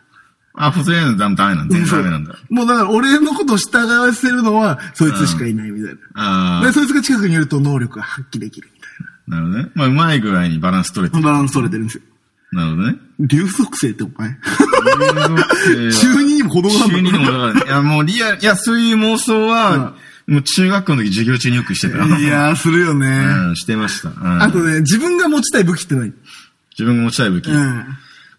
あ、フォトレイヤーのダメダメなんだ。全然ダメなんだ。
もうだから俺のことを従わせるのは、そいつしかいないみたいな。
あ
で、そいつが近くにいると能力が発揮できるみたい
あ、なるほどね。まあ、うまい具合にバランス取れてる。
な。バランス取れてるんですよ。
なるほどね。
竜属性ってお 前。
中
中二にも子供なんだ
中二でもだからね。いや、もうリアル、いや、そういう妄想は、もう中学校の時授業中によくしてた。
いやー、するよね。
うん、してました。うん
あとね、自分が持ちたい武器ってない。
自分が持ちたい武器。
うん。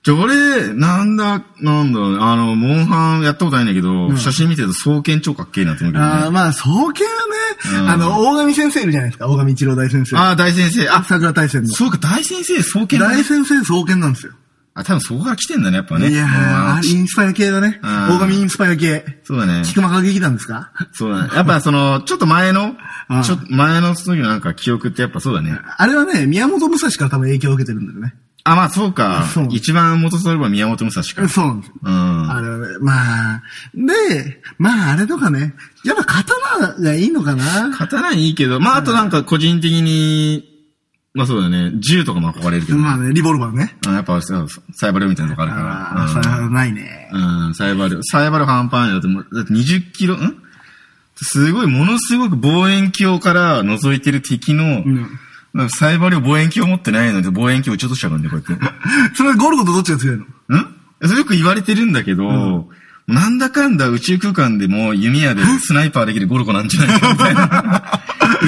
じゃあ俺、なんだ、なんだ、あの、モンハンやったことないんだけど、写真見てると双剣超かっけえなと思うけどね。
あーまあ、総研は
う
ね、
ん
あの、大神先生いるじゃないですか。大神一郎大先生。
ああ、大先生。あ、
桜大戦の。
そうか、大先生、双剣だね
大先生総研なんですよ。
あ、多分そこから来てんだね、やっぱね。
いや
うん
ー、インスパイア系だね。
うん
大神インスパイア系。
そうだね。
菊間歌劇団ですか
そうだね。やっぱその、ちょっと前の
うん、
ちょっと前の時のなんか記憶ってやっぱそうだね。
あれはね、宮本武蔵から多分影響を受けてるんだよね。
あ、まあそうか
そう。
一番元とれば宮本武蔵か。
そうなんですよ。
うん。
あれはね、まあ、で、まああれとかね、やっぱ刀がいいのかな
刀いいけど、まああとなんか個人的に、まあそうだね、銃とかも憧れるけど、
まあね、リボルバーね。
うんやっぱそうそうサイバルみたいなとこある
ああ、そ
か
れ
ら。うん
はないね。
うん、サイバル、サイバル半端ないよ。だってもうだって20キロ、んすごい、ものすごく望遠鏡から覗いてる敵の、
うん。
なんかサイバリを望遠鏡持ってないので、望遠鏡撃ち落としちゃうんだよ、こ うやって。
それゴルゴとどっちが強いの
んそれよく言われてるんだけど、なんだかんだ宇宙空間でも弓矢でスナイパーできるゴルゴなんじゃないかみた いな。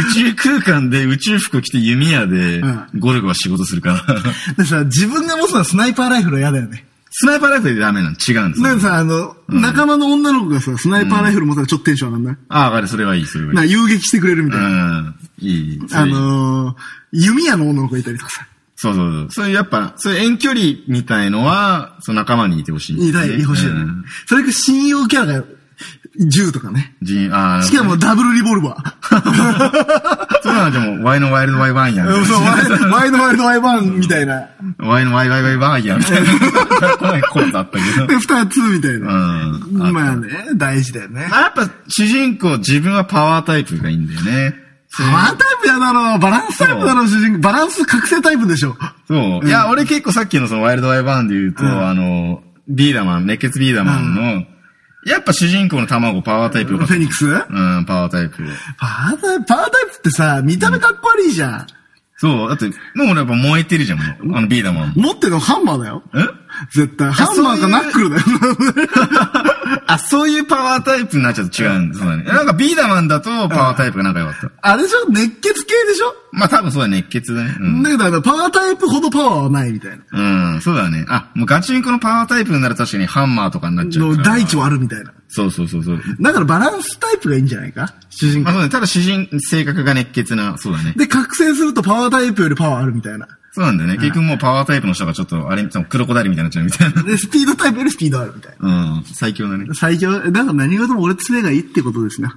宇宙空間で宇宙服着て弓矢で
うん
ゴルゴは仕事するから。
でさ、自分が持つのはスナイパーライフルは嫌だよね。
スナイパーライフルでダメなの違うんです
な
よ
んか。さ、あの、仲間の女の子がさ、スナイパーライフル持ったらちょっとテンション上がんない、
ああ、わかる、それはいい、それ
な
は
ん
いい。
か遊撃してくれるみた
う
いな。
ん。いいいい、そ
あ
れいい
のー、弓矢の女の子がいたりとかさ。
そうそうそう。そういうやっぱ、そういう遠距離みたいのは、その仲間にいてほしい、
いたい、欲しいよね。
うん
それか信用キャラが銃とかね。
ジン、ああ、
しかもダブルリボルバー。
そうなのでも、ワイのワイルドワイワンやん。
そう、ワイドワイルドワイバーンみたいな。
ワイのワイワイワイワンやん。みたいな。こないコートあったけど。
で、二つみたいな。
うん。あ
まあね、大事だよね。
まあやっぱ、主人公、自分はパワータイプがいいんだよね。
パワータイプやだろう、バランスタイプだろう、主人公。バランス覚醒タイプでしょ。
そう。いや、俺結構さっきのそのワイルドワイバーンで言うと、あの、ビーダーマン、熱血ビーダーマンの、やっぱ主人公の卵パワータイプよ
フ
かった。
ェニックス
うん、パワータイプ。
パワータイプ、パワータイプってさ、見た目かっこ悪いじゃん。
そう、だって、でも俺やっぱ燃えてるじゃん、もうあのビーダーマン。
持ってるのハンマーだよ。
え
絶対。ハンマーかナックルだよ。
あ、そういうパワータイプになっちゃうと違うんだ。そうだね。なんかビーダーマンだとパワータイプが仲良かった。
あれでしょ熱血系でしょ、
まあ多分そうだね、熱血だね。うん。
だけどあの、パワータイプほどパワーはないみたいな。
うん、そうだね。あ、もうガチンコのパワータイプになら確かにハンマーとかになっちゃう
の
から。
第一はあるみたいな。
そうそうそうそう。
だからバランスタイプがいいんじゃないか主人
まあ
公。
そうだね。ただ詩人、性格が熱血な、そうだね。
で、覚醒するとパワータイプよりパワーあるみたいな。
そうなんだよね。結局もうパワータイプの人がちょっと、あれ、そのクロコダイルみたいになっちゃうみたいな。
で、スピードタイプよりスピードあるみたいな。
うん。最強だね。
最強、だから何事も俺爪がいいってことですな。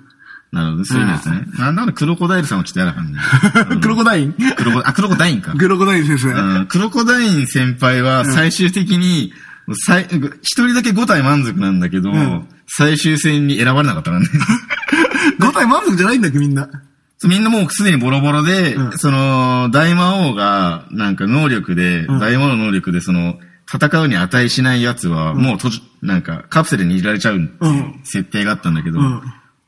なるほど。そういう意味ですね。なんならクロコダイルさんはちょっと嫌な感 じ。うん
クロコダ イン
クロコ、あ、クロコダインか。
クロコダイン先生。
うん。クロコダイン先輩は最終的に、最、一人だけ5体満足なんだけど、最終戦に選ばれなかったからね。
5体満足じゃないんだっけみんな。
そうみんなもうすでにボロボロで、
うん
その、大魔王が、なんか能力で、大魔王の能力で、その、戦うに値しない奴は、もうとじ、なんか、カプセルに入れられちゃうって
う
いうん設定があったんだけど、
うん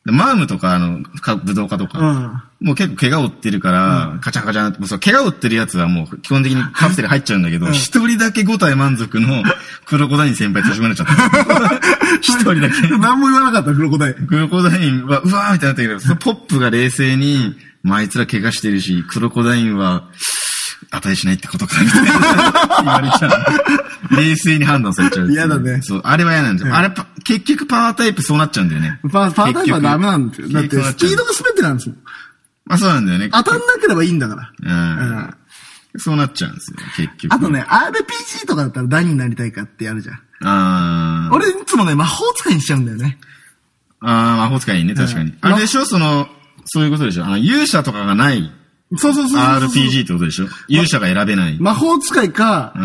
でマームとか、あの、か武道家と
う
か、
ん。
もう結構怪我を負ってるから、カチャカチャなって、もうその怪我を負ってる奴はもう基本的にカプセル入っちゃうんだけど、一、人だけ五体満足のクロコダイン先輩閉じ込められちゃ った。一人だけ。
何も言わなかった、クロコダイン。
クロコダインは、うわーみたいになったけど、そのポップが冷静に、まあ、あいつら怪我してるし、クロコダインは、値しないってことか、みたいな言われちゃう。冷静に判断されちゃう。
嫌だね
そう、あれは嫌なんですよ。あれ、パ結局パワータイプそうなっちゃうんだよね。
パパワータイプはダメなんですよ。だっ
結
て、
局
スピードが全てなんですよ。
まあそうなんだよね。
当たんなければいいんだから。
うん
うん
そうなっちゃうんですよ、結局。
あと。ね、RPG とかだったら何になりたいかってやるじゃん。
あー。
俺いつもね、魔法使いにしちゃうんだよね。
あー、魔法使いね、確かに。あれでしょその、そういうことでしょあの、勇者とかがない
そうそうそうそう。
RPG ってことでしょ勇者が選べない。
魔法使いか
う、ん。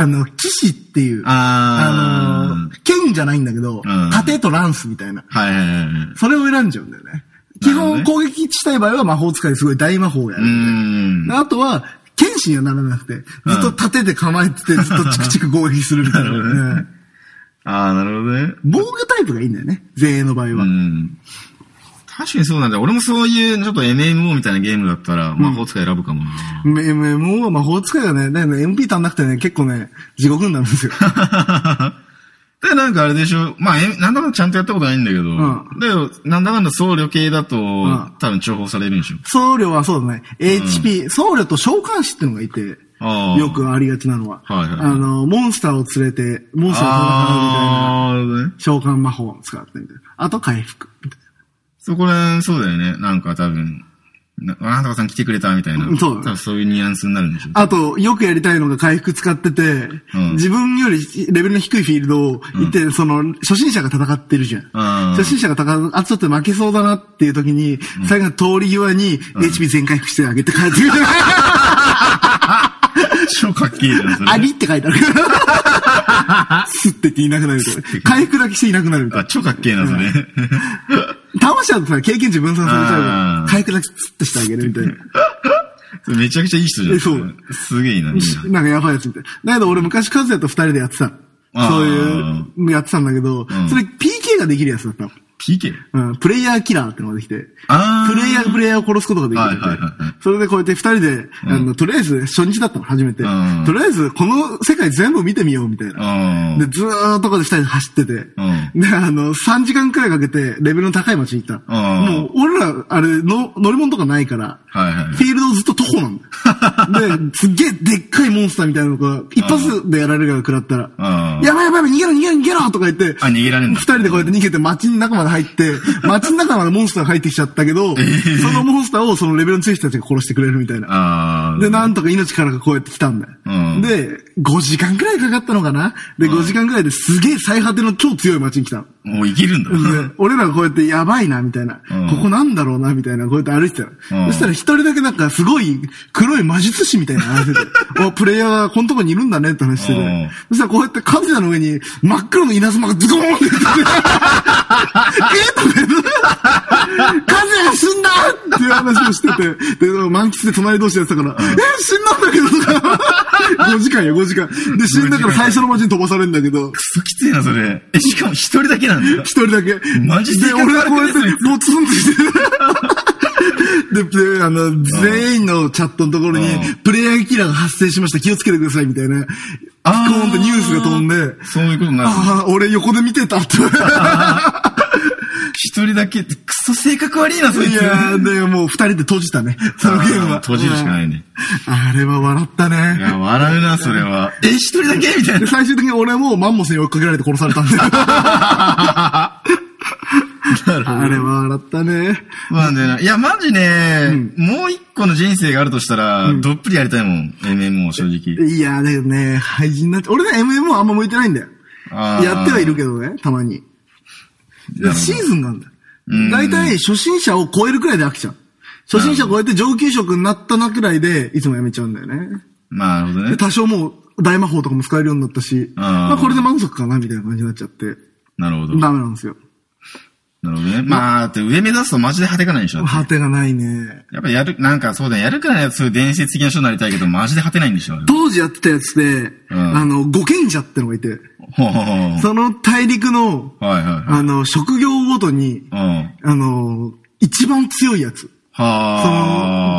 あの、騎士っていう、
あー
あの、剣じゃないんだけど
うん、
盾とランスみたいな。
はいはいはいはい。
それを選んじゃうんだよね。
な
基
るほど
本
ね
攻撃したい場合は魔法使いですごい大魔法をや
う
る
ー。ん。
あとは、剣士にはならなくて、ずっと盾で構えてて、ずっとチクチク攻撃するみたいな。
なるほどね
うん
ああ、なるほどね。
防御タイプがいいんだよね。前衛の場合
う
は。
ん。確かにそうなんだ。俺もそういう、ちょっと MMO みたいなゲームだったら、魔法使い選ぶかもな。
MMO は魔法使いがね、だからね、MP 足んなくてね、結構ね、地獄になるん ですよ。
で、なんかあれでしょ。まあ、えなんだかんだちゃんとやったことないんだけど。
ん
で、なんだかんだ僧侶系だと、
ん
多分重宝されるんでしょ。
僧侶はそうだね、HP、僧侶と召喚師ってのがいて、
あー
よくありがちなのは、
はいはい
あの、モンスターを連れて、モンスターを戦うみたいな、
ああ、なるほどね。
召喚魔法を使ってみたいな。あと回復みたい
そこら辺、そうだよね。なんか多分、ななんとかさん来てくれたみたいな。
うんそうだね
多分そういうニュアンスになるんでしょ。
な。あと、よくやりたいのが回復使ってて、
ん
自分よりレベルの低いフィールドを行って、その、初心者が戦ってるじゃん。
あ
初心者が戦う、あ、ちょっと負けそうだなっていう時に、最後の通り際に、HP 全回復してあげて帰ってくる。
超かっけえじゃん、それ。
ありって書いてあ る。すってっていなくなるみたいな。回復だけしていなくなるみたい
あ、超かっけえな、それ。
な。倒しちゃうとさ、経験値分散されちゃうか
あー
ら、回復だけスッとしてあげるみたいな。
それめちゃくちゃいい人じゃん。
えそう。
すげえな、みん
な
な。
んかやばいやつみたいな。だけど俺昔カズヤと二人でやってたの。
あー
そういうのやってたんだけど、
ん
それ PK ができるやつだったの。
PK?
うん、プレイヤーキラーってのができて、プ
あー
レイヤーがプレイヤーを殺すことができるんで、
はいはいはいはい
それでこうやって二人で、あの、とりあえず初日だったの、初めて。
うん
とりあえず、この世界全部見てみよう、みたいな。
あ
で、ずーっとこうやって二人で走ってて、
ん
で、あの、3時間くらいかけて、レベルの高い街に行ったの。
うん
もう、俺ら、あれの、乗り物とかないから、
はいは
フ
い
ィールドずっと徒歩 なんだよ。で、すっげえでっかいモンスターみたいなのが、一発でやられるから食らったら、
あ。あー
やばいやばいやばい、逃げろ逃げろ逃げろとか言って、
あ、逃げられん
二
だ。
人でこうやって逃げて街の中まで入 って、街の中までモンスターが入ってきちゃったけど、そのモンスターをそのレベルの強い人たちが殺してくれるみたいな。
ああ。
で、なんとか命からがこうやって来たんだよ。
うん
で、5時間くらいかかったのかなで、5時間くらいですげえ最果ての超強い街に来たの。
もう生きるんだ。
で 俺らがこうやってやばいな、みたいな、
うん
ここなんだろうな、みたいな。こうやって歩いてたの。
う
そ
ん
したら一人だけなんかすごい黒い魔術師みたいな話して て。お、プレイヤーがこのとこにいるんだねって話してて。
うん
そしたらこうやってカズヤの上に真っ黒の稲妻がズコーンって 出てて。えっとか言ってカズヤが死んだっていう話をしてて。で、満喫で隣同士でやってたから、え、死んだんだけどとか。5時間よ、5時間。で、死んだから最初の街に飛ばされるんだけど。
くそきついな、それ。え、しかも一人だけなんだ。
一人だけ。
マジ
で
性格
俺がこうやっ
悪
て
くね、
もうツンとして。で、であの、全員のチャットのところに
うん、
プレイヤーキラーが発生しました、気をつけてください、みたいな。
あ
ピ
ー
コーンってニュースが飛んで、
そういうことになる。
ああ、俺横で見てたって。
一人だけって、くそ性格悪いな、そい
い
つ。
やーで、もう二人で閉じたね。そのゲームは。
閉じるしかないね。
うん。あれは笑った
い
ね。
や、笑うな、それは。え、一人だけみた
で、
いな。
最終的に俺もマンモスに追いかけられて殺されたんだ よ。あれは笑ったね。
まあね、いや、マジね、もう一個の人生があるとしたら、どっぷりやりたいもん。MMO、正直。
いや、だけどね、廃人になって、俺ね、MMO あんま向いてないんだよ。
あー
やってはいるけどね、たまに。
なるほど
シーズンなんだよ
ん。
大体、初心者を超えるくらいで飽きちゃう。初心者超えて上級職になったなくらいで、いつもやめちゃうんだよね。
まあ、なるほどね
で。多少もう、大魔法とかも使えるようになったし、
あー
まあこれで満足かな、みたいな感じになっちゃって、
なるほど。な
ダメなんですよ。
るほどね。まあ、だって上目指すとマジで果てがないでしょ。
果てがないね。
やっぱやる、なんかそうだね、やるからやつ、そういう伝説的な人になりたいけど、マジで果てないんでしょ。
当時やってたやつで、
うん
あの、五賢者ってのがいて、
ほうほうほう
その大陸の、
はいは
あの、職業ごとに、
い。うん。
あの、一番強いやつ。そ
は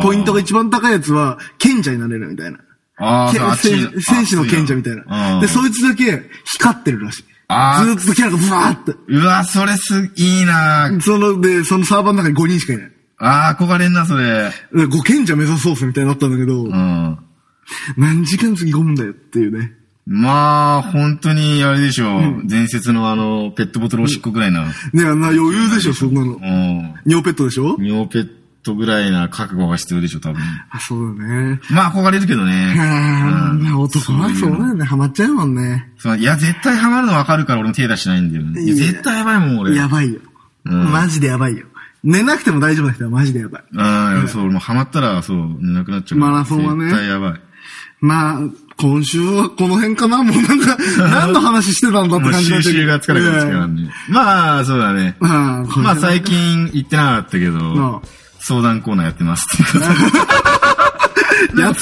の
あ。、
ポイントが一番高いやつは、賢者になれるみたいな。
ああ、
け
そうあっち
戦戦士の賢者みたい
あ
な。
うん
で、そいつだけ光ってるらしい。ず
あー
ーっとキャラがブワーって。
うわ、それす、いいな
その、で、そのサーバーの中に5人しかいない。
ああ、憧れんな、それ。
で5賢者目指そうっすみたいになったんだけど、
うん。
何時間過ぎ込むんだよっていうね。
まあ、本当に、あれでしょう。伝説のあの、ペットボトルおしっこぐらいな。
ねあんな余裕でしょ、そんなの
う。ん。
尿ペットでしょ
尿ペットぐらいな覚悟が必要でしょ、多分。
あ、そうだね。
まあ、憧れるけどね。
あー、男は
そ
そう
いううの
だよね。ハマっちゃうもんね。
そのいや、絶対ハマるの分かるから俺も手出しないんだよね。いや
いや
絶対やばいもん、俺。
やばいよ。
ん
マジでやばいよ。寝なくても大丈夫な人はマジでやばい。
うん、そう、俺もハマったら、そう、寝なくなっちゃうから。
マラソンはね
絶対やばい。
まあ、今週はこの辺かなもうなん か、何の話してたんだって
もう
感じにな
収
って
集がつかなくなってきたから
ね。
ね。まあ、そうだね。
まあ、これ
まあ、最近行ってなかったけど
ん、
相談コーナーやってますっていうこと
やっと、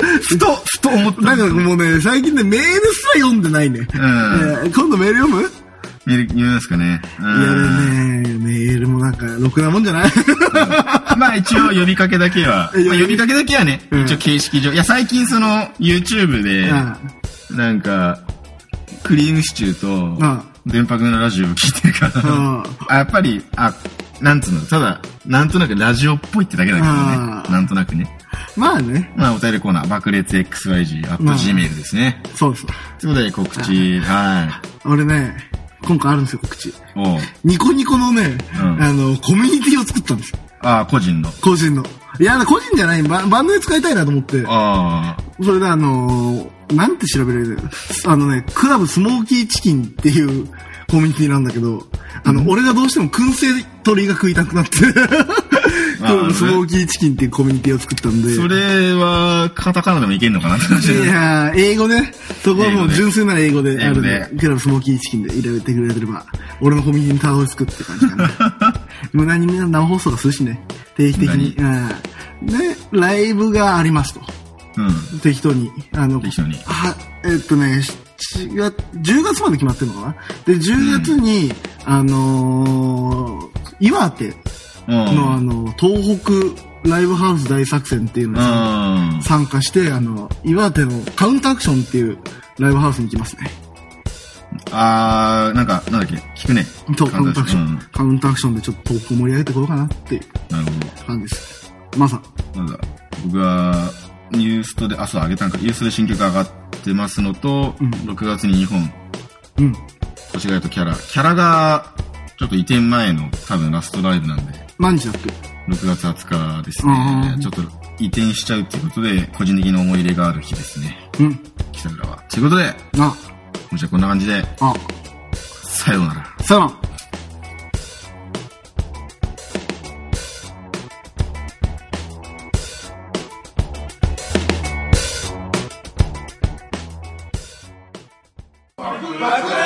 ふと、ふと思った。
なんかもうね、最近ね、メールすら読んでないね。えー今度メール読むい
見る、見ますかね。うん
やね、メールもなんか、ろくなもんじゃない
まあ一応呼びかけだけは、
え
まあ呼びかけだけはね、
うん
一応形式上。いや、最近その YouTube で、
あ
なんか、クリームシチュー
あ
と、電波組のラジオを聞いてるから
あ、
あやっぱり、あ、なんつうの、ただ、なんとなくラジオっぽいってだけだけど
あ
ね。
あ
なんとなくね。
まあね、
まあ、お便りコーナー、爆裂 XYG、アップ
まあ
Gmail ですね。
そうそう。
ということで、告知、は
俺ね、今回あるんですよ、告知。
い。おう
ニコニコのね、
うん
あの、コミュニティを作ったんですよ。
ああ、個人の。
個人の。いや、個人じゃない、ババンドで使いたいなと思って。
ああ、
それであのー、なんて調べられるあのね、クラブスモーキーチキンっていうコミュニティなんだけど、あの、俺がどうしても燻製鳥が食いたくな って、クラブスモーキーチキンっていうコミュニティを作ったんで、
それは、カタカナでもいけんのかなって感じ
いやー英語ね、そこはも
英語
う
で
純粋な英語であるん
英
で
語、で
クラブスモーキーチキンで入れてくれてれば、俺のコミュニティにたどり着くって感じか な。無駄にみんな生放送がするしね、定期的に。うんで、ライブがありますと。
うん。
適当に。あの、
適当に
は、えっとね、7月、10月まで決まってるのかなで、10月に、あのー、岩手
うん。
のあの、東北ライブハウス大作戦っていうのに
うん。
参加して、あの、岩手のカウンターアクションっていうライブハウスに行きますね。
あー、なんか、なんだっけ、聞くね。
とカウンターアクショ
う
ン
ん。。
カウンターアクションでちょっと東北盛り上げていこうかなっていう
なる
感じです。まさ、
ほど。なんだ、僕は、ニューストで、あ、そう、あげたんか。ニューストで新曲上がってますのと、6月に2本
うん。
星ヶ谷とキャラ。キャラが、ちょっと移転前の多分ラストライブなんで、
何時だっけ
6月20日です
うんうんう
ね
ん。
ちょっと移転しちゃうっていうことで、個人的な思い入れがある日ですね。
うん。
北浦は。ということで、
あ、
今週はこんな感じで、
あ、
さようなら。
さよなら。
爆